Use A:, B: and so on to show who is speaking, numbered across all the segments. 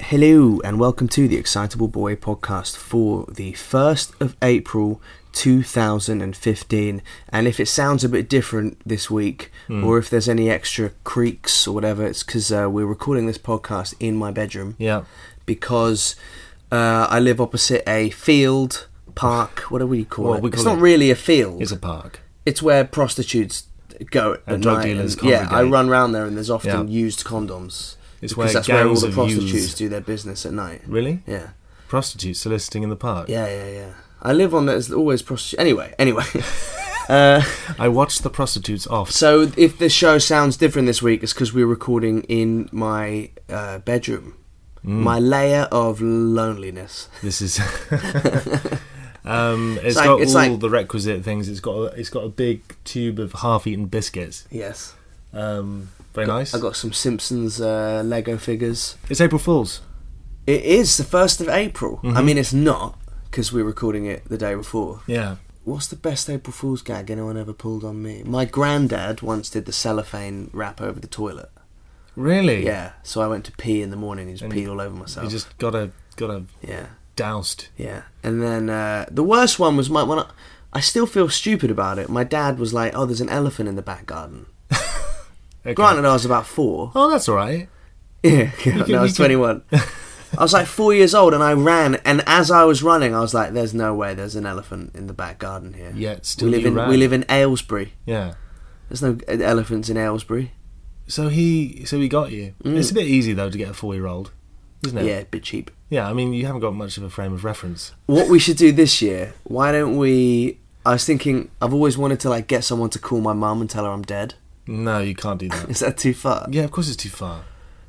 A: Hello and welcome to the Excitable Boy podcast for the 1st of April 2015. And if it sounds a bit different this week,
B: Hmm.
A: or if there's any extra creaks or whatever, it's because uh, we're recording this podcast in my bedroom
B: Yeah.
A: because uh, I live opposite a field, park, what do we call
B: Well,
A: it?
B: we
A: it's
B: call
A: not
B: it-
A: really a field.
B: It's a park.
A: It's where prostitutes go at
B: And drug
A: night
B: dealers
A: and- yeah, I
B: congregate.
A: run round there and there's often
B: Yeah.
A: used condoms.
B: It's
A: because
B: where
A: that's where all
B: gangs
A: the
B: of
A: prostitutes
B: youths-
A: do their business at night.
B: Really?
A: Yeah,
B: Prostitutes soliciting in the park.
A: yeah, yeah, yeah. I live on there's always prostitutes. Anyway, anyway.
B: I watched the prostitutes off.
A: so if the show sounds different this week, it's because we're recording in my uh, bedroom,
B: Mm.
A: my layer of loneliness.
B: This is. um, it's
A: like-
B: got
A: it's
B: all
A: like-
B: the requisite things. It's got a, it's got a big tube of half-eaten biscuits.
A: Yes,
B: Um, very nice.
A: I got some Simpsons uh, Lego figures.
B: It's April Fools.
A: It is the first of April.
B: Mm-hmm.
A: I mean, it's not because we're recording it the day before.
B: Yeah.
A: What's the best April Fool's gag anyone ever pulled on me? My granddad once did the cellophane wrap over the toilet.
B: Really?
A: Yeah, so I went to pee in the morning. He's peed all over myself.
B: You just gotta gotta
A: yeah,
B: doused.
A: yeah. And then uh, the worst one was my when I, I still feel stupid about it. My dad was like, "Oh, there's an elephant in the back garden."
B: Okay.
A: Granted, I was about four.
B: Oh, that's all right.
A: Yeah, no,
B: you
A: I was
B: can-
A: twenty-one. I was like four years old, and I ran. And as I was running, I was like, "There's no way there's an elephant in the back garden here."
B: Yet still
A: we live
B: you
A: in
B: ran.
A: we live in Aylesbury.
B: Yeah.
A: There's no uh, elephants in Aylesbury.
B: So he so he got you. It's a bit easy though to get a four-year-old, isn't it?
A: Mm. Yeah, a bit cheap.
B: Yeah. I mean, you haven't got much of a frame of reference.
A: What we should do this year? Why don't we? I was thinking. I've always wanted to like get someone to call my mum and tell her I'm dead.
B: No, you can't do that.
A: Is that too far?
B: yeah, of course it's too far.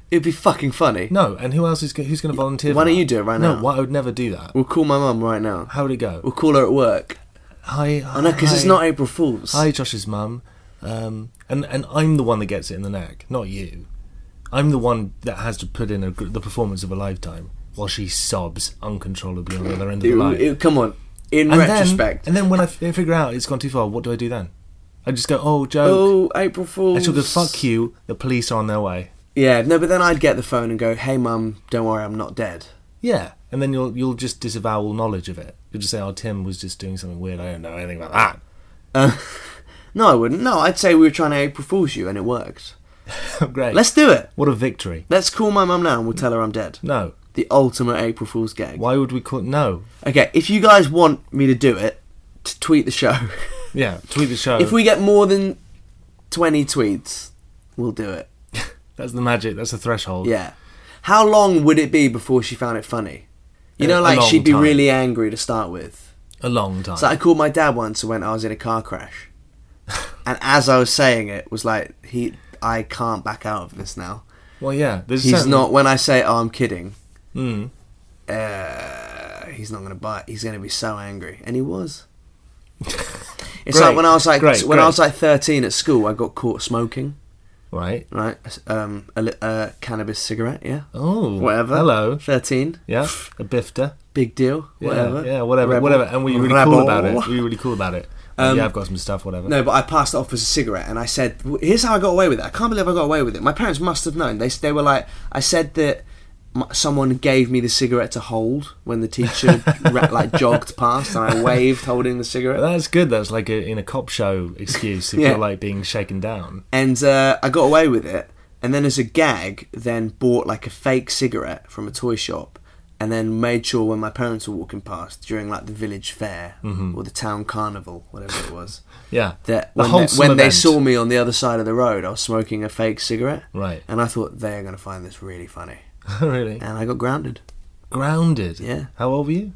A: It'd be fucking funny.
B: No, and who else is go- who's going to volunteer? for
A: why don't
B: that?
A: you do it right
B: no,
A: now?
B: No, I would never do that.
A: We'll call my mum right now.
B: How would it go?
A: We'll call her at work.
B: Hi,
A: I know because it's
B: hi.
A: not April Fools.
B: Hi, Josh's mum. Um, and and I'm the one that gets it in the neck, not you. I'm the one that has to put in a, gr- the performance of a lifetime while she sobs uncontrollably on the other end of
A: It-
B: the line.
A: it- come on. In
B: and
A: retrospect.
B: then and then when I f- figure out it's gone too far, what do I do then? I just go, oh, joke.
A: oh, April Fools.
B: And she'll go, fuck you. The police are on their way.
A: Yeah, no, but then I'd get the phone and go, "Hey, mum, don't worry, I'm not dead."
B: Yeah, and then you'll you'll just disavow all knowledge of it. You'll just say, oh, Tim was just doing something weird. I don't know anything about that.
A: No, I wouldn't. No, I'd say we were trying to April Fools you, and it worked.
B: Great.
A: Let's do it.
B: What a victory.
A: Let's call my mum now and we'll tell her I'm dead.
B: No.
A: The ultimate April Fool's gag.
B: Why would we call no?
A: Okay, if you guys want me to do it, to tweet the show.
B: Yeah, tweet the show.
A: if we get more than 20 tweets, we'll do it.
B: that's the magic. That's the threshold.
A: Yeah. How long would it be before she found it funny? You
B: A-
A: know,
B: a
A: like
B: long
A: she'd be
B: time.
A: really angry to start with.
B: a long time.
A: So I called my dad once and went, I was in a car crash. and as I was saying it, was like, he, I can't back out of this now.
B: well, yeah. There's a
A: He's
B: certain-
A: not, when I say, oh, I'm kidding,
B: Mm.
A: uh, he's not going to bite. He's going to be so angry, and he was. It's
B: Great,
A: like when I was like
B: great,
A: when I
B: great.
A: was like thirteen at school, I got caught smoking
B: right.
A: right um, a li- uh, cannabis cigarette, yeah,
B: Oh,
A: whatever.
B: Hello.
A: thirteen,
B: Yeah, a bifter.
A: big deal,
B: Yeah,
A: whatever,
B: Yeah, whatever,
A: Rebel.
B: whatever. And we were really
A: Rebel.
B: cool about it. We were really cool about it.
A: Um,
B: yeah, I've got some stuff. Whatever.
A: No, but I passed it off as a cigarette, and I said, "W- "Here's how I got away with it. I can't believe I got away with it. My parents must have known. They s- they were like, I said that." m- Someone gave me the cigarette to hold when the teacher ra- like jogged past, and I waved holding the cigarette.
B: That's good. That's like a, in a cop show excuse if
A: Yeah.
B: you're like being shaken down.
A: and uh, I got away with it. And then, as a gag, then bought like a fake cigarette from a toy shop, and then made sure when my parents were walking past during like the village fair or the town carnival, whatever it was,
B: Yeah.
A: that
B: Mm-hmm. The
A: when, they,
B: wholesome
A: when they
B: event.
A: saw me on the other side of the road, I was smoking a fake cigarette.
B: Right.
A: And I thought they are going to find this really funny,
B: really.
A: and I got grounded.
B: Grounded.
A: Yeah. Uh-huh.
B: How old were you?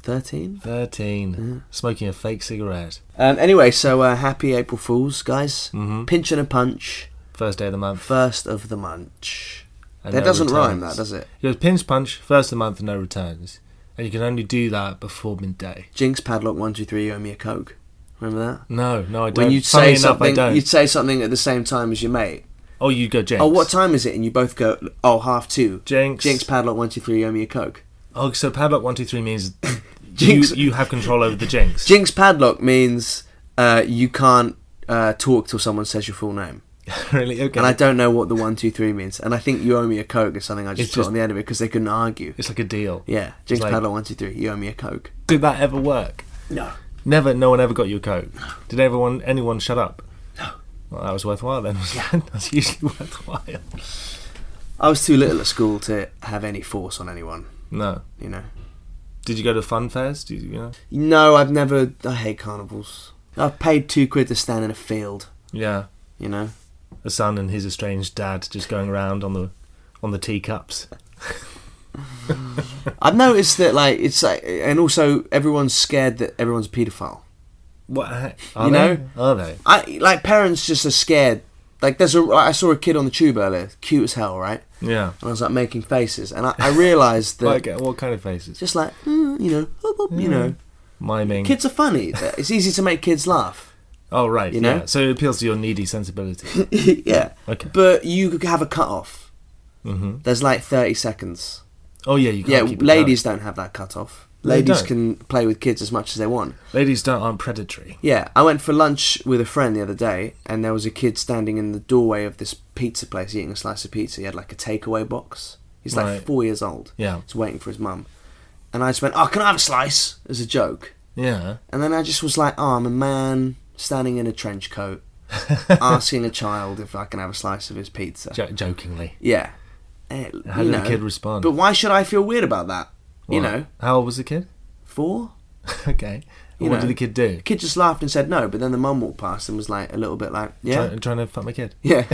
A: Thirteen.
B: 13 Smoking a fake cigarette. Mm-hmm.
A: Um, anyway, so uh, happy April Fools, guys! Pinch and a punch.
B: First day of the month.
A: First of the munch.
B: and
A: that
B: no
A: doesn't rhyme,
B: returns.
A: that does it?
B: It goes pinch punch, first of the month, no returns. And you can only do that before midday.
A: Jinx padlock one two three. You owe me a coke. Remember that?
B: No, no, I don't.
A: When you'd
B: Funny
A: say
B: enough, I
A: something,
B: don't.
A: you'd say something at the same time as your mate.
B: oh, you go Jinx.
A: Oh, what time is it? And you both go, oh, half two.
B: Jinx.
A: Jinx padlock one two three. You owe me a coke.
B: Oh, so padlock one two three means
A: Jinx.
B: you you have control over the jinx.
A: Jinx padlock means uh, you can't uh, talk till someone says your full name.
B: really? Okay.
A: And I don't know what the one two three means. And I think you owe me a coke is something I just
B: It's
A: put
B: just-
A: on the end of it because they couldn't argue.
B: it's like a deal.
A: Yeah, Jinx
B: like-
A: padlock one two three. You owe me a coke.
B: Did that ever work?
A: No.
B: Never. No one ever got you a coat. Did everyone? Anyone shut up? No. Well, that was worthwhile then. That's usually worthwhile.
A: I was too little at school to have any force on anyone.
B: No.
A: You know.
B: Did you go to fun fairs? Did you, you know?
A: No, I've never. I hate carnivals. I've paid two quid to stand in a field.
B: Yeah.
A: You know.
B: A son and his estranged dad just going around on the on the teacups.
A: I've noticed that like it's like, and also everyone's scared that everyone's a paedophile.
B: What the heck? are
A: You
B: they?
A: know?
B: Are they?
A: I like parents just are scared. Like there's a I saw a kid on the tube earlier, cute as hell, right?
B: Yeah.
A: And I was like making faces, and I, I realised that
B: Like what kind of faces?
A: just like mm, you know, whoop, whoop, you know,
B: Miming.
A: kids are funny. It's easy to make kids laugh.
B: oh right.
A: you know?
B: Yeah. So it appeals to your needy sensibility.
A: yeah.
B: Okay.
A: But you could have a cut off.
B: Mhm.
A: There's like 30 seconds.
B: Oh yeah. You
A: yeah,
B: can't keep it
A: ladies don't have that cut off.
B: They
A: Ladies
B: don't.
A: can play with kids as much as they want.
B: going. Ladies don't aren't predatory.
A: Yeah, I went for lunch with a friend the other day, and there was a kid standing in the doorway of this pizza place eating a slice of pizza. He had like a takeaway box. He's like
B: Right.
A: four years old.
B: Yeah.
A: He's waiting for his mum. And I just went, Oh, can I have a slice? as a joke.
B: Yeah.
A: And then I just was like, Oh, I'm a man standing in a trench coat asking a child if I can have a slice of his pizza.
B: Jo- jokingly.
A: Yeah. Eh,
B: How
A: you
B: did
A: know.
B: the kid respond?
A: But why should I feel weird about that? You
B: What?
A: know,
B: How old was the kid?
A: four?
B: okay.
A: You
B: And what
A: know.
B: did the kid do?
A: The kid just laughed and said no, but then the mum walked past and was like a little bit like, yeah.
B: Try, trying to fuck my kid.
A: Yeah.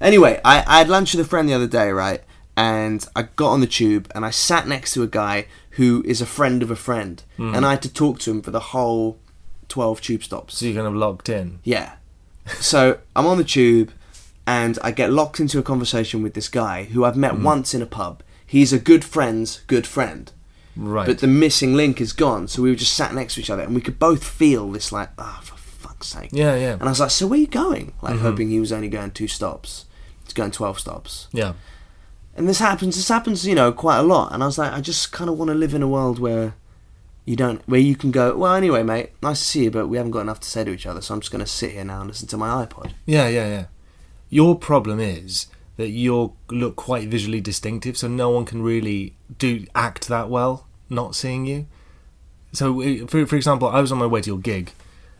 A: anyway, I, I had lunch with a friend the other day, right? And I got on the tube and I sat next to a guy who is a friend of a friend.
B: Hmm.
A: And I had to talk to him for the whole 12 tube stops.
B: So you're kind of locked in.
A: Yeah. So I'm on the tube and I get locked into a conversation with this guy who I've
B: Mm.
A: met once in a pub. He's a good friend's good friend.
B: Right.
A: But the missing link is gone, so we were just sat next to each other and we could both feel this like, ah, for fuck's sake.
B: Yeah, yeah. Mm-hmm.
A: And I was like, so where are you going? Like hoping he was only going two stops. He's going twelve stops.
B: yeah.
A: And this happens this happens, you know, quite a lot. And I was like, I just kinda wanna live in a world where you don't where you can go, Well anyway, mate, nice to see you, but we haven't got enough to say to each other, so I'm just gonna sit here now and listen to my iPod.
B: Yeah, yeah, yeah. Your problem is that you look quite visually distinctive, so no one can really do act that well not seeing you. So, uh, for, for example, I was on my way to your gig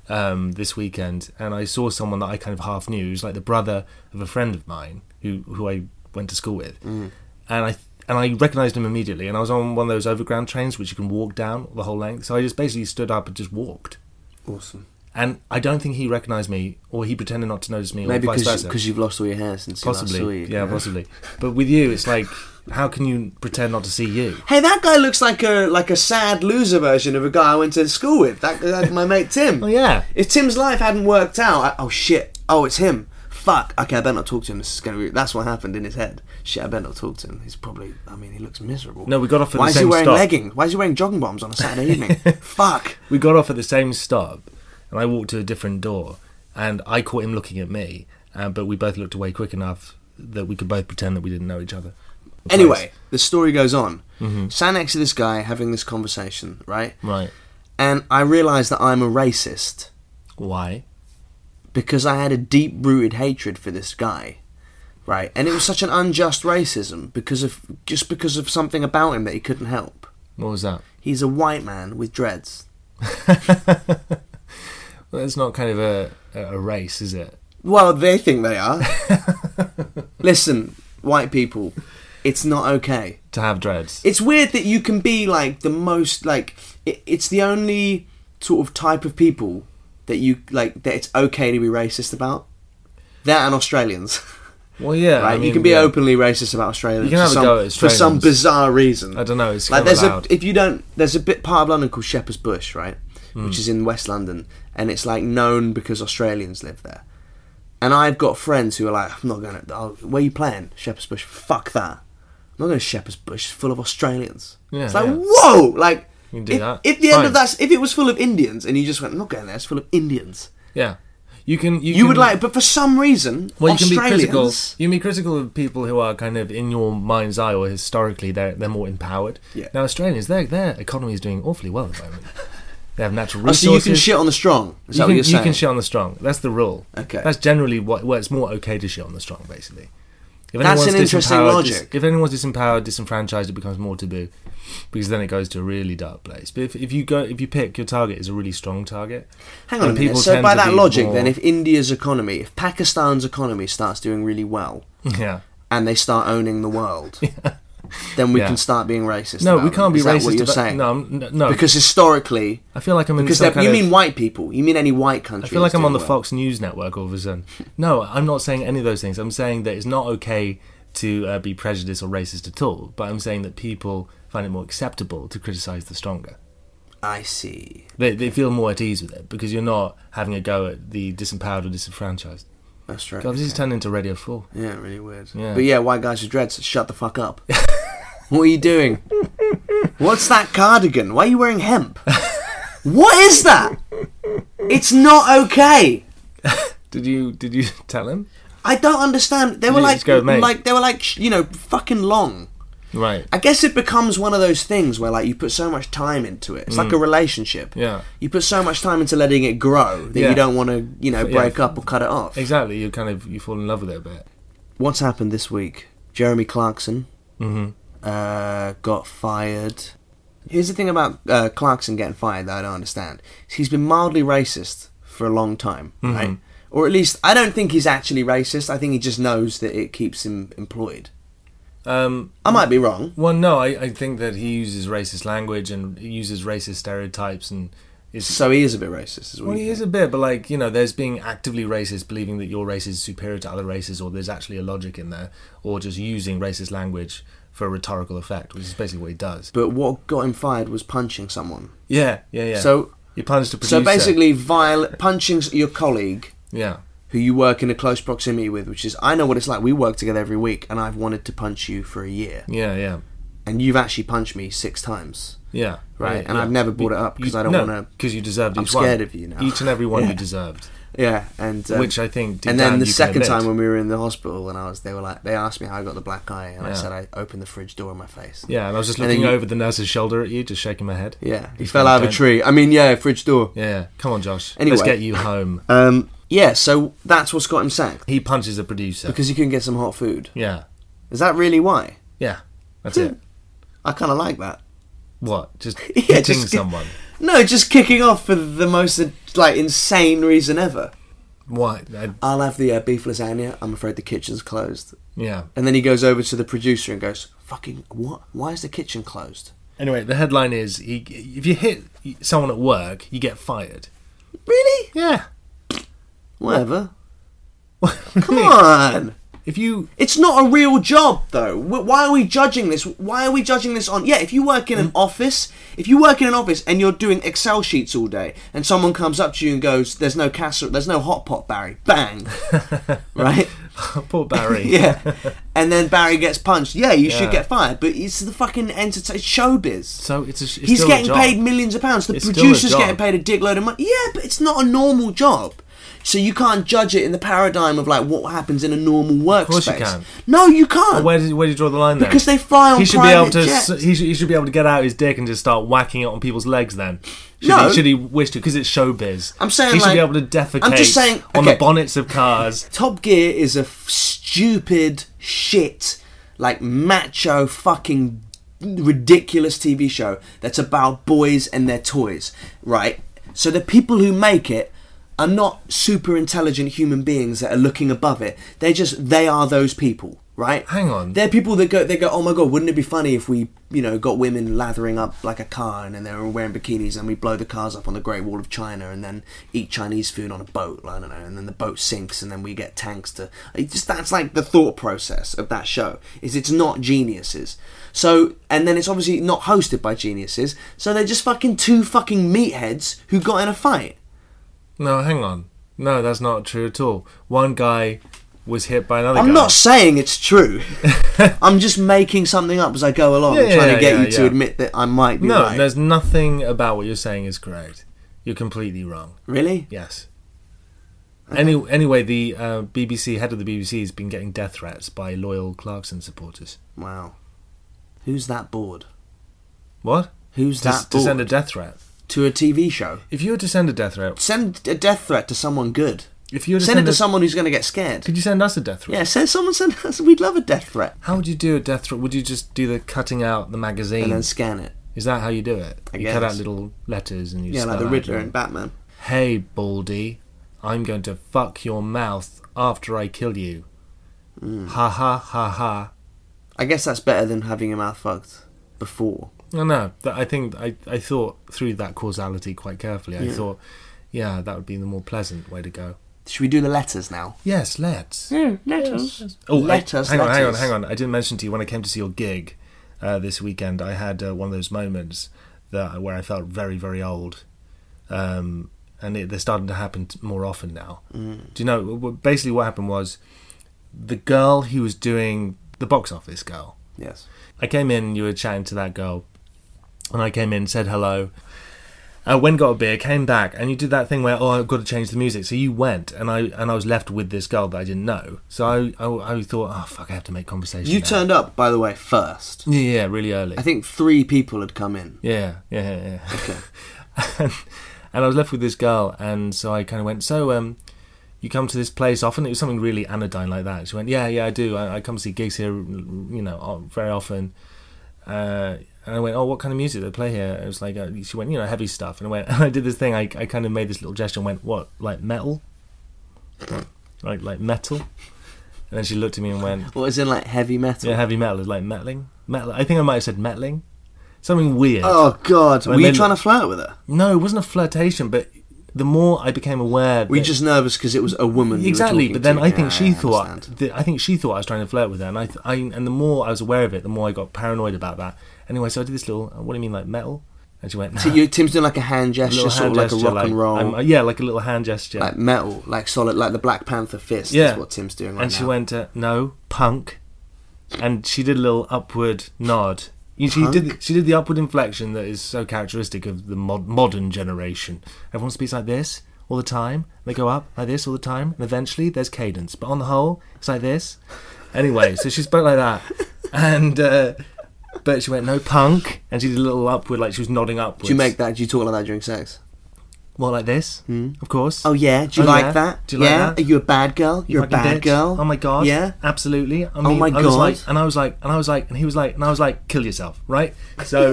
B: um, this weekend, and I saw someone that I kind of half knew, who's like the brother of a friend of mine who who I went to school with, and I. And I recognised him immediately, and I was on one of those overground trains which you can walk down the whole length. So I just basically stood up and just walked,
A: Awesome.
B: and I don't think he recognised me, or he pretended not to notice me, or
A: Maybe
B: vice
A: because
B: versa
A: because you've lost all your hair since
B: possibly
A: you last saw you.
B: yeah, possibly but with you it's like how can you pretend not to see you
A: Hey, that guy looks like a like a sad loser version of a guy I went to school with. That that's my mate Tim.
B: oh yeah
A: If Tim's life hadn't worked out, I, oh shit. Oh, it's him. Fuck. Okay, I better not talk to him. This is gonna be. That's what happened in his head. Shit, I better not talk to him. He's probably. I mean, he looks miserable.
B: No, we got off at
A: Why
B: the
A: is he
B: same
A: wearing
B: stop.
A: leggings? Why is he wearing jogging bombs on a Saturday evening? Fuck.
B: we got off at the same stop and i walked to a different door and i caught him looking at me uh, but we both looked away quick enough that we could both pretend that we didn't know each other
A: Anyway, the story goes on. Sat next to this guy having this conversation, right?
B: Mm-hmm. right
A: And I realise that I'm a racist.
B: why
A: because I had a deep rooted hatred for this guy. Right. And it was such an unjust racism because of just because of something about him that he couldn't help.
B: what was that
A: He's a white man with dreads.
B: well, that's not kind of a, a race is it
A: Well, they think they are. Listen, white people, it's not okay.
B: to have dreads
A: It's weird that you can be like the most like it, it's the only sort of type of people that you like that it's okay to be racist about. That and Australians.
B: well yeah
A: Right,
B: I
A: you
B: mean,
A: can be
B: yeah.
A: openly racist about Australia
B: You can
A: for,
B: have a
A: some,
B: go at
A: for some
B: Australians.
A: bizarre reason.
B: I don't know, it's
A: like
B: kind of
A: there's
B: allowed.
A: a if you don't there's a bit part of London called Shepherd's
B: Hmm.
A: Bush, right, which is in West London, and it's like known because Australians live there. And I've got friends who are like, I'm not gonna. I'll, where you playing? Shepherd's Bush. Fuck that. I'm not going to Shepherd's Bush. It's full of Australians.
B: Yeah,
A: it's like
B: yeah.
A: whoa, like.
B: You can do
A: if,
B: that.
A: if the end of
B: Fine.
A: that, if it was full of Indians, and you just went, I'm not going there. It's full of Indians.
B: Yeah, you can. You,
A: You would
B: can-
A: like, but for some reason,
B: Well, you can be
A: Australians.
B: critical. You can be critical of people who are kind of in your mind's eye or historically they're they're more empowered.
A: Yeah.
B: Now Australians, their their economy is doing awfully well at the moment. they have natural
A: Oh,
B: resources.
A: so you can shit on the strong. Is that
B: You can,
A: what you're
B: you
A: saying?
B: can shit on the strong. That's the rule.
A: Okay.
B: That's generally what where it's more okay to shit on the strong, basically. If
A: That's
B: anyone's
A: an interesting
B: disempowered,
A: logic.
B: dis- if anyone's disempowered, disenfranchised, it becomes more taboo, because then it goes to a really dark place. But if, if you go, if you pick your target is a really strong target,
A: Hang on a
B: then
A: minute.
B: people
A: So
B: tend
A: by
B: to
A: that
B: be
A: logic,
B: more-
A: then, if India's economy, if Pakistan's economy starts doing really well,
B: yeah,
A: and they start owning the world, then we
B: Yeah.
A: can start being racist.
B: no,
A: about
B: we
A: them.
B: can't be
A: Is
B: racist.
A: that what you're
B: about-
A: saying?
B: No, I'm- n- no,
A: Because historically,
B: I feel like I'm in
A: because
B: some
A: they're-
B: kind
A: you
B: of-
A: mean white people, you mean any white country.
B: I feel like
A: that's
B: I'm on the
A: doing well.
B: Fox News network all of a sudden. No, I'm not saying any of those things. I'm saying that it's not okay to uh, be prejudiced or racist at all. But I'm saying that people find it more acceptable to criticise the stronger.
A: I see.
B: They, they feel more at ease with it because you're not having a go at the disempowered or disenfranchised.
A: That's right.
B: God, this is turned into Radio 4.
A: Yeah, really weird.
B: Yeah.
A: But yeah, white guys with dreads, shut the fuck up. what are you doing? What's that cardigan? Why are you wearing hemp? what is that? It's not okay.
B: Did you did you tell him?
A: I don't understand. They were
B: You
A: like,
B: just go with me.
A: like they were like, sh- you know, fucking long.
B: Right.
A: I guess it becomes one of those things where like you put so much time into it. It's like a relationship.
B: Mm. Yeah.
A: You put so much time into letting it grow that
B: Yeah.
A: you don't want to, you know,
B: Yeah.
A: break up or cut it off.
B: Exactly. You kind of you fall in love with it a bit.
A: What's happened this week? Jeremy Clarkson
B: Mm-hmm.
A: uh, got fired. Here's the thing about uh, Clarkson getting fired that I don't understand. He's been mildly racist for a long time,
B: Mm-hmm.
A: right? Or at least I don't think he's actually racist. I think he just knows that it keeps him employed.
B: Um,
A: I might be wrong.
B: well, no, I, I think that he uses racist language and uses racist stereotypes and is
A: So he is a bit racist as well.
B: Well, he is a bit, but like you know, there's being actively racist, believing that your race is superior to other races, or there's actually a logic in there, or just using racist language for rhetorical effect, which is basically what he does.
A: But what got him fired was punching someone.
B: Yeah, yeah, yeah.
A: So-
B: you punched a
A: So
B: producer.
A: basically, viol- punching your colleague
B: yeah,
A: who you work in a close proximity with, which is I know what it's like. We work together every week, and I've wanted to punch you for a year,
B: yeah, yeah,
A: and you've actually punched me six times.
B: yeah.
A: Right, and I've never brought it up 'cause I don't wanna-
B: Because you deserved.
A: I'm
B: each one.
A: scared of you now.
B: Each and every one
A: Yeah.
B: you deserved.
A: Yeah, and um,
B: Which I think deep
A: and then
B: down
A: the
B: you can
A: second
B: admit.
A: time when we were in the hospital, and I was, they were like, they asked me how I got the black eye, and I
B: Yeah.
A: said I opened the fridge door in my face.
B: Yeah, and I was just
A: And then
B: looking
A: you-
B: over the nurse's shoulder at you, just shaking my head.
A: yeah. He
B: Just
A: fell
B: going,
A: out of a
B: "Don't-"
A: tree. I mean, yeah, fridge door.
B: Yeah, come on, Josh.
A: Anyway.
B: Let's get you home.
A: Um, yeah. So that's what's got him sacked
B: He punches a producer.
A: because he couldn't get some hot food.
B: yeah,
A: Is that really why?
B: yeah, that's it.
A: I kind of like that.
B: What? Just
A: Yeah,
B: hitting
A: just-
B: someone.
A: No, just kicking off for the most like insane reason ever.
B: Why? I-
A: I'll have the uh, beef lasagna. I'm afraid the kitchen's closed.
B: yeah.
A: And then he goes over to the producer and goes, "Fucking what? Why is the kitchen closed?
B: Anyway, the headline is: he, if you hit someone at work, you get fired.
A: Really?
B: Yeah.
A: Whatever. Come on."
B: If you
A: It's not a real job, though. Wh- Why are we judging this? Why are we judging this on? Yeah, if you work in an office, if you work in an office and you're doing Excel sheets all day, and someone comes up to you and goes, "There's no casserole, there's no hot pot, Barry." Bang, right?
B: poor Barry,
A: yeah. And then Barry gets punched. Yeah, you should
B: Yeah.
A: get fired. But it's the fucking entertainment showbiz.
B: So it's a- it's
A: he's
B: still a
A: getting
B: job.
A: paid millions of pounds. The
B: It's still a
A: producer's
B: job.
A: getting paid a dickload of money. Yeah, but it's not a normal job. So you can't judge it in the paradigm of like what happens in a normal workspace.
B: course you can.
A: No, you can't.
B: where do where do you draw the line? Then
A: Because they fly on
B: He should be
A: private
B: able to.
A: jets.
B: s- He should, he should be able to get out his dick and just start whacking it on people's legs. Then should,
A: No.
B: he, should he wish to? Because it's showbiz.
A: I'm saying,
B: he should
A: like-
B: be able to defecate.
A: I'm just saying-
B: on the
A: okay.
B: bonnets of cars.
A: Top Gear is a f- stupid shit, like macho fucking ridiculous TV show that's about boys and their toys, right? So the people who make it are not super intelligent human beings that are looking above it. They're just they are those people, right?
B: Hang on.
A: They're people that go they go, "Oh my god, wouldn't it be funny if we, you know, got women lathering up like a car and then they're all wearing bikinis and we blow the cars up on the Great Wall of China and then eat Chinese food on a boat, I don't know, and then the boat sinks and then we get tanks to it just that's like the thought process of that show is it's not geniuses. So and then it's obviously not hosted by geniuses, so they're just fucking two fucking meatheads who got in a fight.
B: No, hang on. No, that's not true at all. One guy was hit by another
A: I'm
B: guy.
A: not saying it's true. I'm just making something up as I go along,
B: Yeah,
A: trying
B: yeah,
A: to get
B: yeah,
A: you to
B: yeah.
A: admit that I might be
B: No,
A: right.
B: there's nothing about what you're saying is correct. You're completely wrong.
A: Really?
B: Yes. Any, anyway, the uh, BBC head of the BBC has been getting death threats by loyal Clarkson supporters.
A: Wow. Who's that bored?
B: What?
A: Who's
B: To,
A: that
B: to
A: bored?
B: send a death threat.
A: to a TV show.
B: If you were to send a death threat,
A: Send a death threat to someone good.
B: if you were to
A: Send it to
B: a-
A: someone who's going to get scared.
B: could you send us a death threat?
A: Yeah, send someone send us. We'd love a death threat.
B: How would you do a death threat? Would you just do the cutting out the magazine?
A: And then scan it.
B: Is that how you do it?
A: I
B: you cut
A: guess.
B: out little letters and you
A: Yeah, like
B: spell
A: the
B: out-
A: Riddler and Batman.
B: Hey, Baldy, I'm going to fuck your mouth after I kill you. Ha ha ha ha.
A: I guess that's better than having your mouth fucked before.
B: No, no. That, I think I, I thought through that causality quite carefully. I thought, yeah, that would be the more pleasant way to go.
A: Should we do the letters now?
B: Yes, let's.
A: Letters.
B: Oh,
A: Let
B: I,
A: us,
B: hang on,
A: let
B: hang on,
A: us.
B: hang on. I didn't mention to you when I came to see your gig uh, this weekend. I had uh, one of those moments that uh, where I felt very, very old, um, and it, they're starting to happen t- more often now. Do you know? w- w- Basically, what happened was the girl who was doing the box office girl.
A: Yes.
B: I came in, you were chatting to that girl, and I came in, said hello. Uh, went and got a beer, came back, and you did that thing where oh I've got to change the music. So you went, and I and I was left with this girl that I didn't know. So I I, I thought oh fuck I have to make conversation.
A: You
B: now.
A: turned up, by the way, first.
B: yeah yeah really early
A: I think three people had come in.
B: yeah yeah yeah. yeah. and, and I was left with this girl, and so I kind of went so um you come to this place often. It was something really anodyne like that. She went yeah yeah I do I, I come see gigs here you know o- very often. uh, and I went, oh, what kind of music do they play here? And it was like, uh, she went, you know, heavy stuff. And I went, and I did this thing. I, I kind of made this little gesture and went, what, like metal? like like metal? And then she looked at me and went,
A: What was in like heavy metal?
B: yeah, heavy metal is like metaling. Metal. I think I might have said metaling. Something weird.
A: Oh God!
B: When
A: Were you
B: they-
A: trying to flirt with her?
B: No, it wasn't a flirtation, but the more I became aware,
A: Were you
B: that-
A: just nervous because it was a woman? you were
B: exactly.
A: talking
B: But then
A: to?
B: I think
A: Yeah,
B: she thought
A: understand.
B: th- I think she thought I was trying to flirt with her, and I, th- I and the more I was aware of it, the more I got paranoid about that. Anyway, so I did this little. What do you mean, like metal? And she went.
A: So you, Tim's doing like a hand gesture,
B: little
A: sort
B: hand
A: of like a
B: gesture,
A: rock and roll,
B: um, yeah, like a little hand gesture.
A: like metal, like solid, like the Black Panther fist.
B: yeah,
A: is what Tim's doing right
B: and she
A: now.
B: went, uh, "No, punk," and she did a little upward nod. You- She did. She did the upward inflection that is so characteristic of the mod- modern generation. Everyone speaks like this all the time. They go up like this all the time, and eventually there's cadence. But on the whole, it's like this. Anyway, so she spoke like that, and. Uh, but she went no punk, and she did a little upward, like she was nodding upwards.
A: Do you make that? Do you talk like that during sex?
B: more like this? Mm. Of course.
A: Oh yeah. Do you
B: Oh,
A: like
B: yeah.
A: that?
B: Do you like
A: yeah?
B: that?
A: Are you a bad girl?
B: You
A: You're a
B: fucking
A: bad
B: bitch.
A: girl.
B: Oh my god.
A: Yeah.
B: Absolutely. I mean,
A: Oh my
B: I was like-
A: God.
B: and I was like, and I was like, and he was like, and I was like, kill yourself, right? So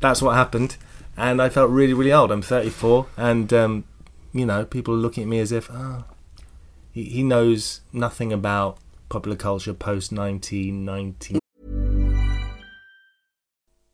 B: that's what happened, and I felt really, really old. I'm 34, and um, you know, people are looking at me as if, oh, he, he knows nothing about popular culture post 1990.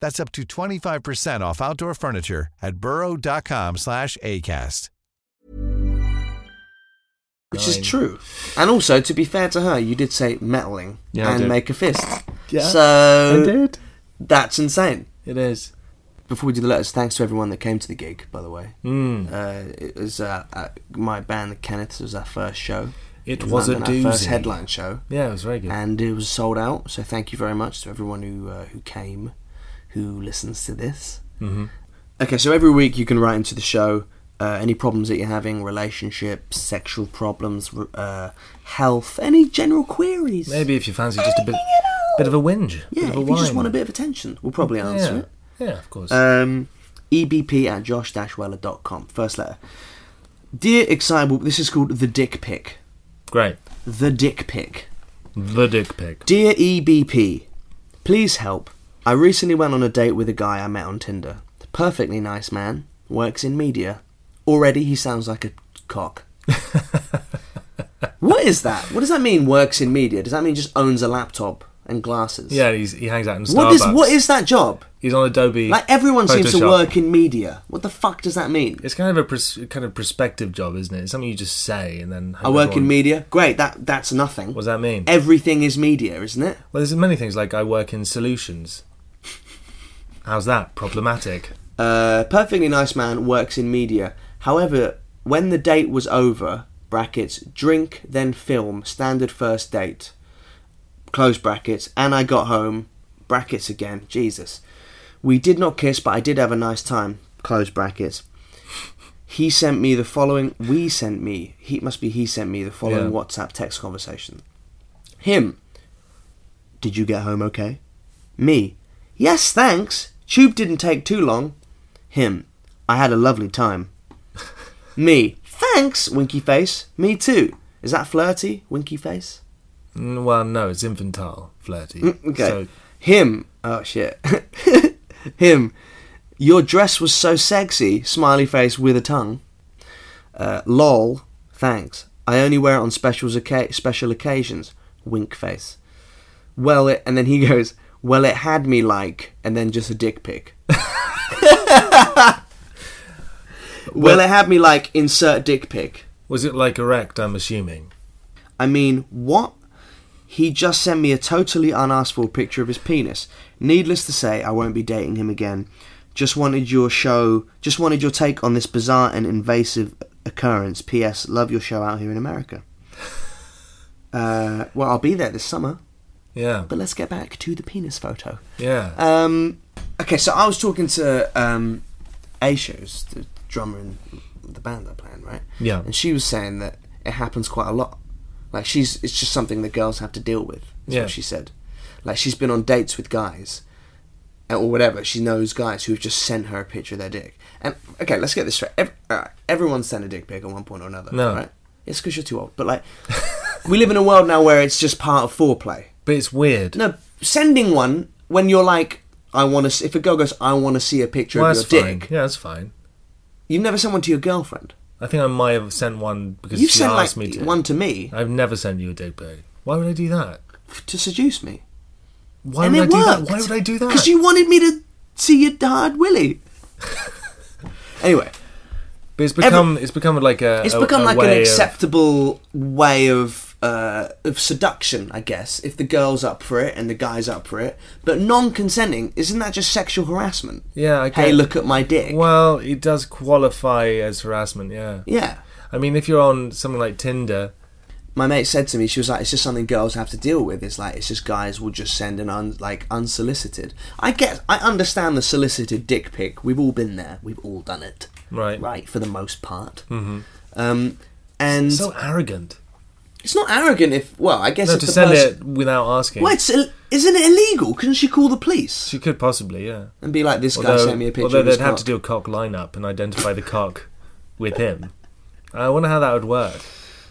C: That's up to 25% off outdoor furniture at burrow.com slash ACAST.
A: Which is true. And also, to be fair to her, you did say meddling
B: Yeah, I
A: and
B: did.
A: make a fist.
B: Yeah,
A: so
B: I did.
A: that's insane.
B: It is.
A: Before we do the letters, thanks to everyone that came to the gig, by the way.
B: Mm.
A: Uh, it was uh, uh, my band, the Kenneths, was our first show.
B: It
A: in
B: was a
A: London, Our first
B: doozy.
A: headline show.
B: Yeah, it was very good.
A: and it was sold out. So thank you very much to everyone who uh, who came, who listens to this.
B: hmm
A: Okay, so every week you can write into the show uh, any problems that you're having, relationships, sexual problems, r- uh, health, any general queries.
B: Maybe if you fancy just a bit, bit of a whinge,
A: yeah,
B: bit of a
A: if you
B: whine.
A: just want a bit of attention, we'll probably answer
B: yeah.
A: it.
B: Yeah, of course.
A: Um, ebp at josh-weller.com. First letter. Dear Excitable, this is called the dick pic.
B: Great.
A: The dick pic.
B: The dick pic.
A: Dear EBP, please help. I recently went on a date with a guy I met on Tinder. Perfectly nice man, works in media. Already he sounds like a cock. what is that? What does that mean, works in media? Does that mean just owns a laptop and glasses?
B: Yeah, he's, he hangs out in Starbucks.
A: What is what is that job?
B: He's on Adobe.
A: Like everyone seems to
B: Photoshop.
A: work in media. What the fuck does that mean?
B: It's kind of a pers- kind of prospective job, isn't it? It's something you just say and then.
A: I work in media. Eh. Great, that that's nothing.
B: What does that mean?
A: Everything is media, isn't it?
B: well, there's many things like I work in solutions. How's that problematic?
A: Uh, perfectly nice man works in media. However, when the date was over, brackets, drink, then film, standard first date, close brackets, and I got home, brackets again, Jesus. We did not kiss, but I did have a nice time, close brackets. He sent me the following, we sent me, he must be he sent me the following
B: Yeah.
A: WhatsApp text conversation. Him, did you get home okay? Me, yes, thanks. Tube didn't take too long. Him, I had a lovely time. Me, thanks, winky face. Me too. Is that flirty, winky face?
B: Mm, Well, no, it's infantile, flirty.
A: Mm, Okay.
B: So,
A: Him, oh shit. Him, your dress was so sexy, smiley face with a tongue. Uh, lol, thanks. I only wear it on specials oca- special occasions, wink face. Well, it, and then he goes, well, it had me like, and then just a dick pic. well, it had me like, insert dick pic.
B: was it like erect? I'm assuming.
A: I mean, what? He just sent me a totally unasked for picture of his penis. Needless to say, I won't be dating him again. Just wanted your show, just wanted your take on this bizarre and invasive occurrence. P.S. Love your show out here in America. Uh, well, I'll be there this summer,
B: Yeah.
A: but let's get back to the penis photo.
B: Yeah.
A: Um, okay, so I was talking to um, Aisho's, the drummer in the band I play in, right?
B: Yeah.
A: And she was saying that it happens quite a lot. Like she's, it's just something the girls have to deal with. Is
B: Yeah.
A: what she said. Like she's been on dates with guys, uh, or whatever. She knows guys who've just sent her a picture of their dick. And okay, let's get this straight. Ev- uh, everyone's sent a dick pic at one point or another.
B: No.
A: Right? It's because you're too old. But like, we live in a world now where it's just part of foreplay.
B: but it's weird.
A: No, sending one when you're like, I want to. If a girl goes, I want to see a picture
B: well,
A: of
B: that's
A: your
B: fine.
A: dick.
B: Yeah, that's fine.
A: You've never sent one to your girlfriend.
B: I think I might have sent one because
A: You've
B: she
A: sent like
B: asked me to.
A: one to me
B: I've never sent you a dick pic. Why would I do that?
A: to seduce me,
B: Why
A: and
B: would I
A: it
B: do
A: worked.
B: that? Why would I do that?
A: Because you wanted me to see your hard willy. anyway,
B: But it's become it's become like a
A: it's
B: a-
A: become
B: a
A: like
B: way
A: an
B: of-
A: acceptable way of uh, of seduction, I guess. If the girl's up for it and the guy's up for it, but non-consenting isn't that just sexual harassment?
B: Yeah, I
A: Hey,
B: get-
A: look at my dick.
B: Well, it does qualify as harassment. Yeah.
A: yeah.
B: I mean, if you're on something like Tinder,
A: my mate said to me, she was like, "It's just something girls have to deal with. It's like it's just guys will just send an un like unsolicited." I get, I understand the solicited dick pic. We've all been there. We've all done it,
B: right?
A: right? For the most part. Mm-hmm. Um, and
B: So arrogant.
A: it's not arrogant if, well, I guess
B: No,
A: if
B: to
A: the
B: send
A: person,
B: it without asking.
A: well, it's Ill- isn't it illegal? Couldn't she call the police
B: She could possibly, yeah.
A: and be like, "This guy sent me a picture."
B: although
A: of
B: they'd
A: his
B: have
A: cock."
B: to do a cock lineup and identify the cock with him. I wonder how that would work.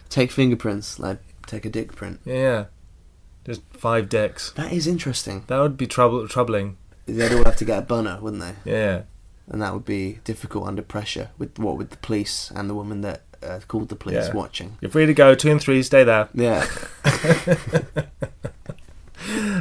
A: take fingerprints, like take a dick print.
B: Yeah, just five dicks.
A: That is interesting.
B: That would be trouble troubling.
A: They'd all have to get a bunner, wouldn't they?
B: Yeah,
A: and that would be difficult under pressure with what with the police and the woman that uh, called the police
B: yeah.
A: watching.
B: You're free to go. Two and three, stay there.
A: Yeah,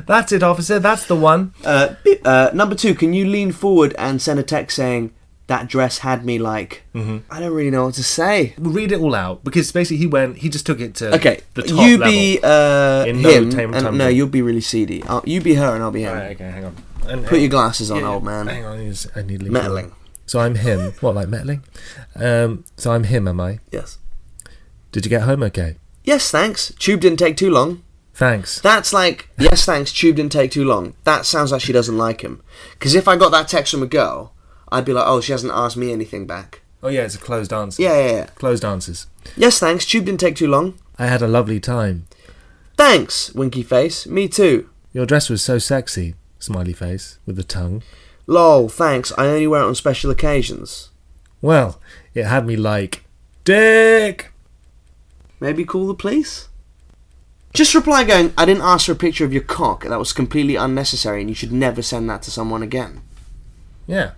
B: That's it, officer. That's the one.
A: Uh, bi- uh, number two, can you lean forward and send a text saying that dress had me like?
B: Mm-hmm.
A: I don't really know what to say.
B: We'll read it all out because basically he went. He just took it to
A: Okay,
B: the top
A: you
B: level.
A: be uh,
B: In no
A: him,
B: time-
A: and
B: time
A: no,
B: zone.
A: you'll be really seedy. I'll, you be her, and I'll be him.
B: Alright, okay, hang on. And-
A: Put
B: hang
A: your glasses on,
B: Yeah,
A: old man.
B: Hang on, I need, I need to leave
A: Meddling.
B: you. So I'm him. what, like meddling? Um, so I'm him, am I?
A: Yes.
B: Did you get home okay?
A: Yes, thanks. Tube didn't take too long.
B: Thanks.
A: That's like yes, thanks. Tube didn't take too long. That sounds like she doesn't like him. Because if I got that text from a girl, I'd be like, oh, she hasn't asked me anything back.
B: Oh yeah, it's a closed answer.
A: Yeah, yeah, yeah.
B: Closed answers.
A: Yes, thanks. Tube didn't take too long.
B: I had a lovely time.
A: Thanks, winky face. Me too.
B: Your dress was so sexy. Smiley face with the tongue.
A: Lol, thanks. I only wear it on special occasions.
B: Well, it had me like dick.
A: Maybe call the police? Just reply going, I didn't ask for a picture of your cock. That was completely unnecessary and you should never send that to someone again.
B: Yeah.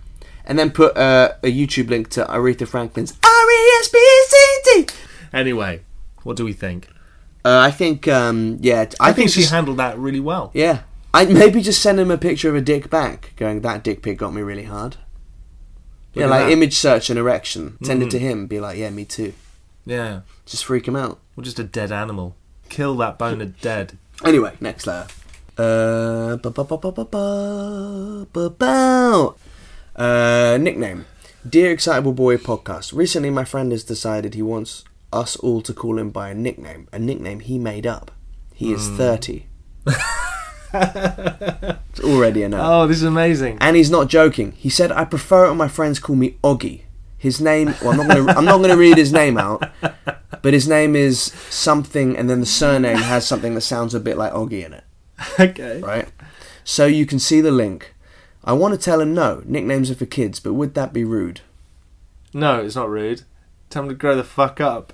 A: And then put uh, a YouTube link to Aretha Franklin's E R-E-S-P-C-T.
B: Anyway, what do we think?
A: Uh, I think, um, yeah. t- I,
B: I, think, she
A: just-
B: handled that really well.
A: Yeah. I maybe just send him a picture of a dick back, going, that dick pic got me really hard. yeah,
B: at
A: like
B: that. Mm.
A: image search and erection. Send it to him, be like, yeah, me too.
B: Yeah.
A: Just freak him out.
B: Or just a dead animal. Kill that boner dead.
A: Anyway, next letter. Uh, ba- ba- ba- ba- ba- ba- ba- bow. uh, nickname. Dear Excitable Boy Podcast. Recently, my friend has decided he wants us all to call him by a nickname, a nickname he made up. He is 30. it's already enough.
B: Oh, this is amazing.
A: And he's not joking. He said, "I prefer it when my friends call me Oggy." His name. Well, I'm not gonna. I'm not gonna read his name out. But his name is something, and then the surname has something that sounds a bit like Oggy in it,
B: okay.
A: right? So you can see the link. I want to tell him no. Nicknames are for kids, but would that be rude?
B: No, it's not rude. Tell him to grow the fuck up.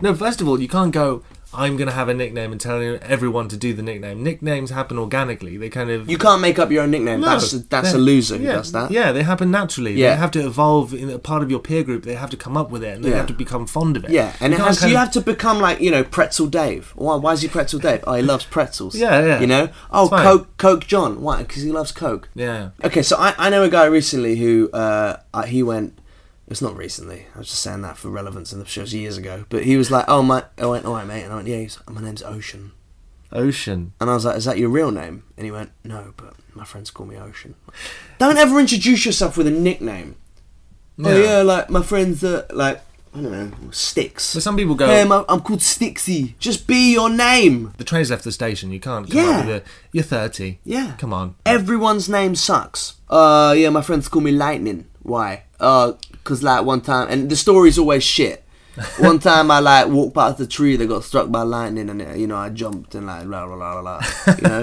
B: No, first of all, you can't go. I'm gonna have a nickname and tell everyone to do the nickname. Nicknames happen organically. They kind of
A: You can't make up your own nickname.
B: No,
A: that's that's a
B: they're-
A: loser who
B: yeah,
A: does that.
B: Yeah, they happen naturally.
A: Yeah.
B: They have to evolve in a part of your peer group. They have to come up with it and they
A: Yeah.
B: have to become fond of it.
A: Yeah, and it
B: can't
A: has,
B: kind
A: you
B: of-
A: have to become like you know Pretzel Dave. Why? Why is he Pretzel Dave? Oh, he loves pretzels.
B: Yeah, yeah.
A: You know. Oh,
B: It's fine.
A: Coke, Coke John. Why? Because he loves Coke.
B: Yeah.
A: Okay, so I, I know a guy recently who uh, uh, he went. It's not recently. I was just saying that for relevance, and the show's years ago. But he was like, "Oh my," I went, "All right, mate," and I went, "Yeah." He's like, "My name's Ocean,"
B: Ocean.
A: and I was like, "Is that your real name?" And he went, "No, but my friends call me Ocean." Don't ever introduce yourself with a nickname. Oh
B: Yeah.
A: yeah, like my friends are like I don't know sticks.
B: But some people go-
A: "Hey, my, I'm called Stixy." Just be your name.
B: The train's left the station. You can't come
A: Yeah.
B: up with a. You're 30.
A: Yeah.
B: Come on.
A: Everyone's name sucks. Uh, yeah, my friends call me Lightning. Why? Uh, cause like one time, and the story's always shit. one time I like walked past a tree that got struck by lightning, and uh, you know I jumped and like la la la la la. You know,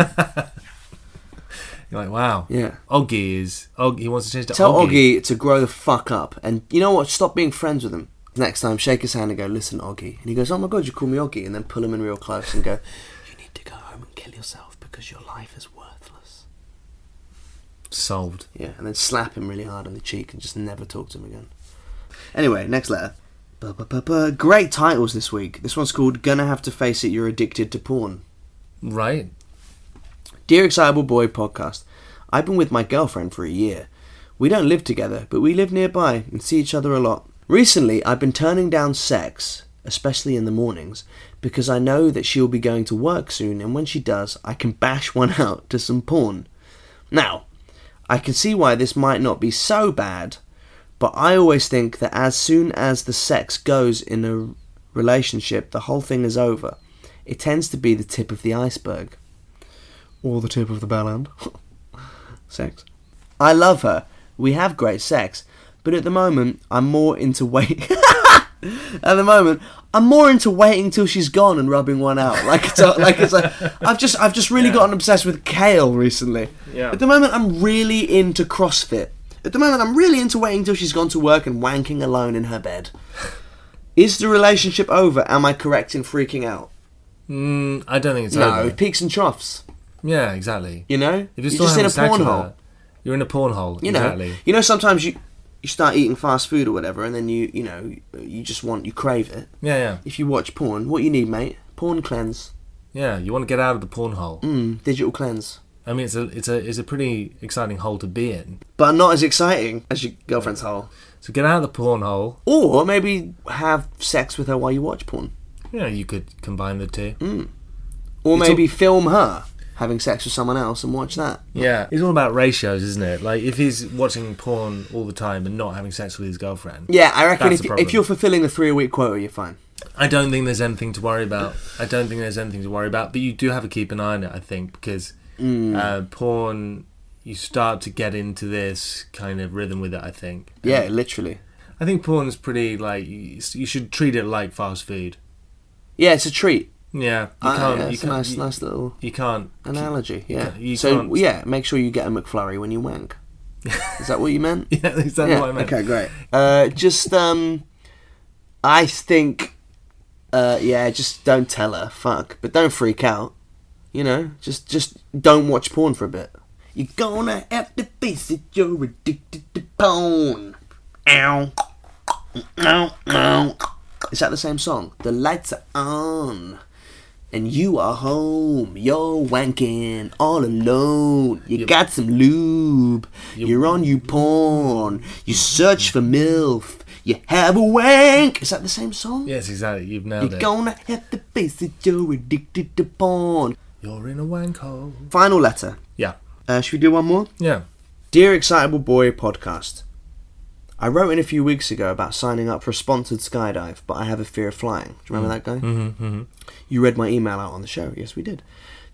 B: You're like, wow.
A: Yeah.
B: Oggy is. Og, he wants to change to
A: tell
B: Oggy.
A: Oggy to grow the fuck up, and you know what? Stop being friends with him. Next time, shake his hand and go, listen, Oggy. And he goes, oh my god, you call me Oggy, and then pull him in real close and go, you need to go home and kill yourself because your life is worthless.
B: Solved.
A: Yeah, and then slap him really hard on the cheek and just never talk to him again. Anyway, next letter. Ba-ba-ba-ba. Great titles this week. This one's called Gonna Have to Face It You're Addicted to Porn.
B: Right.
A: Dear Excitable Boy podcast, I've been with my girlfriend for a year. We don't live together, but we live nearby and see each other a lot. Recently, I've been turning down sex, especially in the mornings, because I know that she'll be going to work soon, and when she does, I can bash one out to some porn. Now, I can see why this might not be so bad, but I always think that as soon as the sex goes in a relationship, the whole thing is over. It tends to be the tip of the iceberg. Or the tip of the bell end. sex. I love her. We have great sex. But at the moment, I'm more into wait. at the moment, I'm more into waiting till she's gone and rubbing one out. Like it's a, like it's like I've just I've just really gotten obsessed with kale recently.
B: Yeah.
A: At the moment, I'm really into CrossFit. At the moment, I'm really into waiting till she's gone to work and wanking alone in her bed. Is the relationship over? Am I correct in freaking out?
B: Mm, I don't think it's
A: no,
B: over.
A: peaks and troughs.
B: Yeah, exactly.
A: You know,
B: If you're, still
A: just in
B: having
A: a
B: sex
A: porn
B: with
A: hole.
B: her, You're in a porn hole.
A: You know,
B: Exactly.
A: you know. Sometimes you you start eating fast food or whatever, and then you you know you just want you crave it.
B: Yeah, yeah.
A: If you watch porn, what you need, mate? Porn cleanse,
B: Yeah, you want to get out of the porn hole.
A: mm, digital cleanse.
B: I mean, it's a it's a it's a pretty exciting hole to be in.
A: But not as exciting as your girlfriend's hole.
B: So get out of the porn hole.
A: Or maybe have sex with her while you watch porn.
B: You know, you could combine the two.
A: Mm. Or
B: It's
A: maybe film her having sex with someone else and watch that.
B: Yeah, it's all about ratios, isn't it? Like if he's watching porn all the time and not having sex with his girlfriend.
A: Yeah, I reckon
B: That's
A: if,
B: the problem.
A: if you're fulfilling the three week quota, you're fine.
B: I don't think there's anything to worry about. I don't think there's anything to worry about, but you do have to keep an eye on it, I think, because
A: Mm.
B: uh, porn, you start to get into this kind of rhythm with it, I think.
A: Yeah, literally.
B: I think porn's pretty, like, you you should treat it like fast food.
A: Yeah, it's a treat.
B: Yeah, you
A: Uh,
B: can't.
A: yeah,
B: you
A: it's a
B: can't,
A: nice,
B: you,
A: nice little
B: you can't.
A: analogy.
B: you
A: Yeah.
B: can't- you
A: so
B: can't-
A: yeah, make sure you get a McFlurry when you wank. Is that what you meant?
B: Yeah, is that what I meant?
A: Okay, great. Uh, just um, I think, uh, yeah, just don't tell her. Fuck, but don't freak out. You know, just just don't watch porn for a bit. You're gonna have to face it. You're addicted to porn. Ow, ow, ow. Is that the same song? The lights are on. And you are home, you're wanking all alone. You got some lube, you're on you porn. You search for MILF, you have a wank. Is that the same song?
B: Yes, exactly. You've nailed
A: You're
B: it.
A: gonna have to face it, you're addicted to porn.
B: You're in a wank hole.
A: Final letter.
B: Yeah,
A: Uh, should we do one more?
B: yeah.
A: Dear Excitable Boy podcast, I wrote in a few weeks ago about signing up for a sponsored skydive, but I have a fear of flying. Do you remember
B: Hmm.
A: that guy? Mm-hmm, You read my email out on the show. Yes, we did.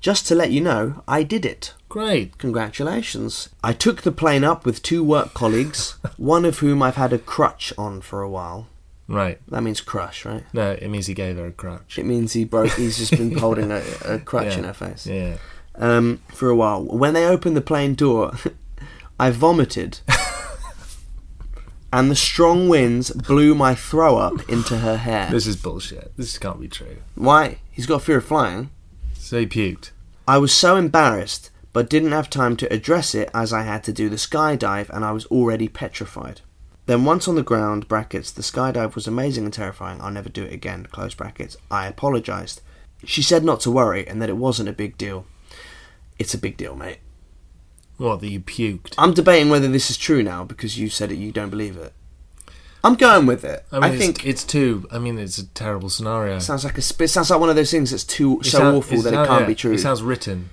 A: Just to let you know, I did it.
B: Great.
A: Congratulations. I took the plane up with two work colleagues, one of whom I've had a crutch on for a while.
B: Right.
A: That means crush, right?
B: No, it means he gave her a crutch.
A: It means he broke. He's just been holding a, a crutch
B: yeah.
A: in her face
B: Yeah.
A: um, for a while. When they opened the plane door, I vomited, and the strong winds blew my throw up into her hair.
B: This is bullshit. This can't be true.
A: Why? He's got fear of flying.
B: So he puked.
A: I was so embarrassed, but didn't have time to address it as I had to do the skydive and I was already petrified. Then, once on the ground, brackets, the skydive was amazing and terrifying. I'll never do it again, close brackets. I apologised. She said not to worry and that it wasn't a big deal. It's a big deal, mate.
B: What, that you puked?
A: I'm debating whether this is true now because you said it, you don't believe it. I'm going with it. I,
B: I mean,
A: think
B: it's, it's too. I mean, it's a terrible scenario.
A: it sounds like a sp- it sounds like one of those things that's too
B: It
A: so
B: sound-
A: awful that it
B: sound-
A: can't
B: yeah,
A: be true.
B: It sounds written.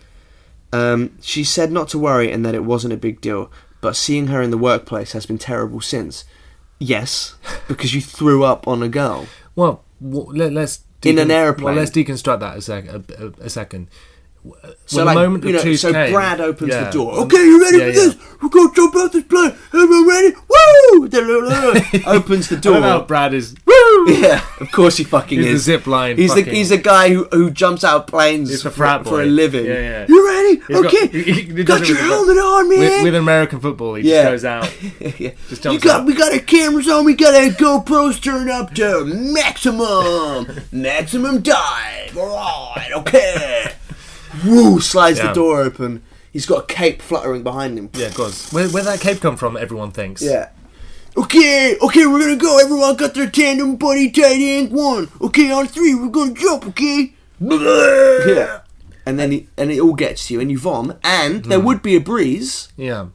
A: Um, she said not to worry and that it wasn't a big deal, but seeing her in the workplace has been terrible since. Yes, because you threw up on a girl.
B: Well, w- let, let's
A: In an
B: decon-
A: aeroplane.
B: Well, let's deconstruct that a sec. A, a, a second.
A: So
B: When the
A: like,
B: moment
A: you
B: the
A: know,
B: truth
A: so
B: came-
A: Brad opens
B: Yeah.
A: the door. Okay, you ready
B: Yeah,
A: for
B: yeah.
A: this? We're gonna jump out this plane. Everyone ready? Woo! opens the
B: I
A: door.
B: don't know how Brad is. Woo!
A: Yeah, of course he fucking
B: He's the
A: is.
B: zip line
A: He's the
B: fucking-
A: he's the guy who, who jumps out of planes
B: He's the
A: for-
B: frat
A: for, a
B: boy.
A: living.
B: Yeah, yeah.
A: You ready?
B: He's
A: okay,
B: he- he does
A: got
B: it
A: your
B: with-
A: helmet on, man.
B: With, with American football, he
A: Yeah.
B: just goes out.
A: yeah.
B: Just
A: you
B: jumps
A: got
B: out.
A: we got our cameras on. We got our GoPros turned up to maximum, maximum dive. All right, okay. Woo! Slides the
B: Yeah.
A: door open. He's got a cape fluttering behind him.
B: Yeah, of course. Where, where that cape come from? Everyone thinks.
A: Yeah. Okay, okay, we're gonna go. Everyone got their tandem buddy tight end one. Okay, on three, we're gonna jump. Okay. Yeah. And then he, and it all gets to you, and you vom, and there would be a breeze,
B: Yeah.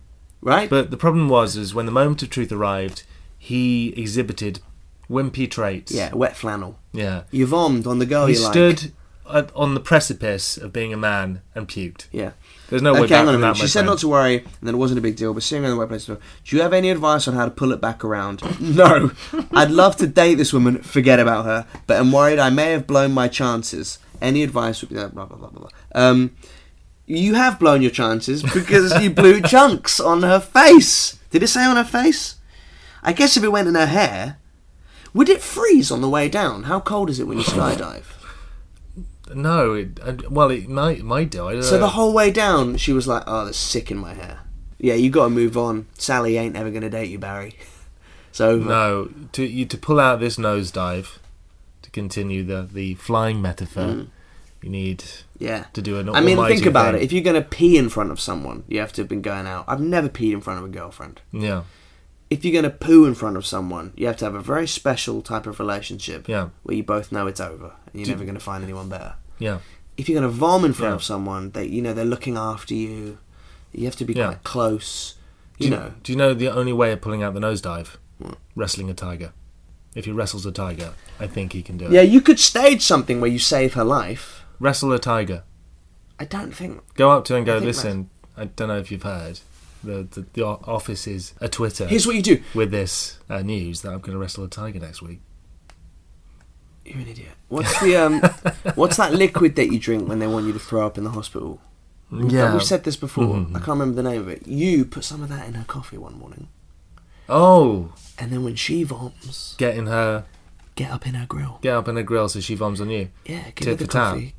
A: right?
B: But the problem was, is when the moment of truth arrived, he exhibited wimpy traits.
A: yeah, wet flannel.
B: Yeah.
A: You vommed on the girl.
B: He
A: you Oh, like.
B: stood at, on the precipice of being a man and puked.
A: Yeah.
B: There's no way
A: okay,
B: back
A: hang on a
B: from
A: minute.
B: that.
A: She
B: my
A: said not
B: friend.
A: to worry, and then it wasn't a big deal. But seeing her in the workplace, do you have any advice on how to pull it back around? no. I'd love to date this woman. Forget about her. But I'm worried I may have blown my chances. Any advice would be blah blah blah blah. blah. Um, you have blown your chances because you blew chunks on her face. Did it say on her face? I guess if it went in her hair, would it freeze on the way down? How cold is it when you skydive?
B: No, it, uh, well, it might, it might do. I don't
A: So
B: know.
A: the whole way down, she was like, "Oh, that's sick in my hair." Yeah, you got to move on. Sally ain't ever gonna date you, Barry. It's over.
B: no to you to pull out this nosedive to continue the the flying metaphor. You need
A: Yeah.
B: to do an.
A: Mm. I mean,
B: almighty
A: think about
B: thing.
A: it. If you're gonna pee in front of someone, you have to have been going out. I've never peed in front of a girlfriend.
B: yeah,
A: If you're gonna poo in front of someone, you have to have a very special type of relationship
B: Yeah.
A: where you both know it's over and you're never gonna find anyone better.
B: yeah.
A: if you're going to vom in front
B: Yeah.
A: of someone, they you know they're looking after you. You have to be
B: Yeah.
A: quite close.
B: Do
A: You know,
B: Do you know the only way of pulling out the nosedive? Wrestling a tiger. If he wrestles a tiger, I think he can do it.
A: yeah, you could stage something where you save her life.
B: Wrestle a tiger.
A: I don't think.
B: Go up to him and go,
A: I think
B: listen, I don't know if you've heard. The, the, the o- office is a Twitter
A: Here's what you do.
B: with this uh, news that I'm going to wrestle a tiger next week.
A: You're an idiot. What's the um? what's that liquid that you drink when they want you to throw up in the hospital?
B: Yeah. Mm-hmm.
A: we've said this before. I can't remember the name of it. You put some of that in her coffee one morning,
B: Oh,
A: and then when she vomits,
B: getting her,
A: get up in her grill.
B: get up in a grill so she vomits on you.
A: Yeah, give her
B: Tit
A: the
B: for tat.
A: coffee.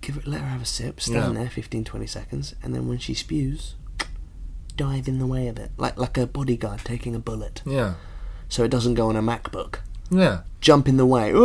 A: Give it, let her have a sip. Stand
B: Yeah.
A: there 15, 20 seconds, and then when she spews, dive in the way of it, like like a bodyguard taking a bullet,
B: Yeah.
A: so it doesn't go on a MacBook.
B: Yeah.
A: Jump in the way,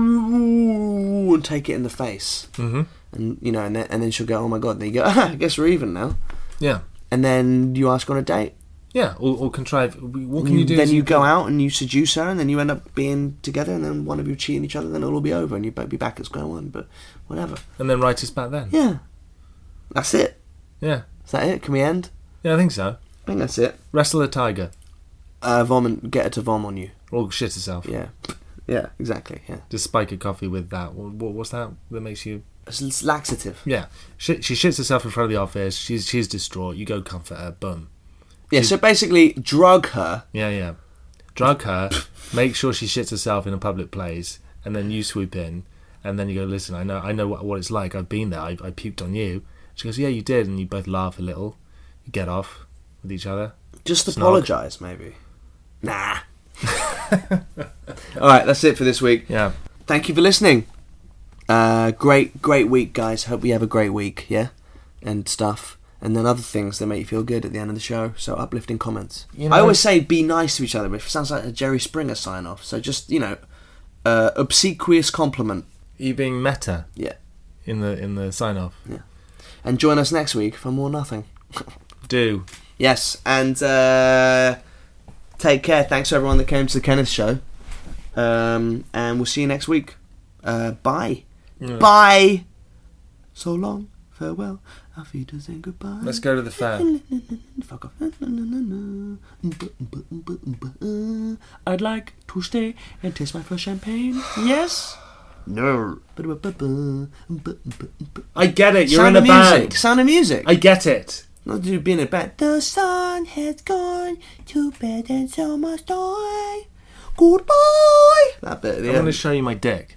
A: oh, and take it in the face,
B: Mm-hmm.
A: and you know, and then, and then she'll go, oh my god. And then you go, ah, I guess we're even now.
B: Yeah.
A: And then you ask on a date.
B: Yeah. Or, or contrive. What can you, do?
A: Mm, Then
B: is
A: you go out and you seduce her, and then you end up being together, and then one of you cheating each other, then it'll all be over, and you both be back at square one. But whatever.
B: and then write us back then.
A: Yeah, that's it.
B: Yeah.
A: Is that it? Can we end?
B: Yeah, I think so.
A: I think that's it.
B: Wrestle a tiger
A: Uh, vom and get her to vom on you.
B: or shit herself.
A: Yeah. Yeah, exactly. Yeah.
B: Just spike a coffee with that. Wha- wha- What's that that makes you?
A: It's, it's laxative.
B: Yeah, she, she shits herself in front of the office. She's she's distraught. You go comfort her. Boom.
A: Yeah, so basically, drug her.
B: Yeah, yeah. Drug her. make sure she shits herself in a public place, and then you swoop in, and then you go. Listen, I know I know what, what it's like. I've been there. I, I puked on you. She goes, Yeah, you did, and you both laugh a little. You get off with each other.
A: Just
B: Snog.
A: apologise, maybe. Nah. All right, that's it for this week.
B: Yeah.
A: Thank you for listening. Uh, great, great week, guys. Hope you have a great week, yeah? And stuff. And then other things that make you feel good at the end of the show. So uplifting comments.
B: You know-
A: I always say be nice to each other, but it sounds like a Jerry Springer sign off. So just, you know, uh, obsequious compliment.
B: You being meta
A: Yeah.
B: in the in the sign off.
A: And join us next week for more nothing.
B: Do.
A: Yes, and uh, take care. Thanks to everyone that came to the Kenneth show. Um, and we'll see you next week. Uh, bye. Bye. So long. Farewell. Auf Wiedersehen. Goodbye.
B: Let's go to the fair.
A: Fuck off. I'd like to stay and taste my first champagne. Yes? No.
B: I get it. You're
A: Sound
B: in a
A: of music.
B: band.
A: Sound of music.
B: I get it.
A: Not to be in a band. The sun has gone to bed and so must I. Goodbye. That bit.
B: I'm going
A: Yeah.
B: to show you my dick.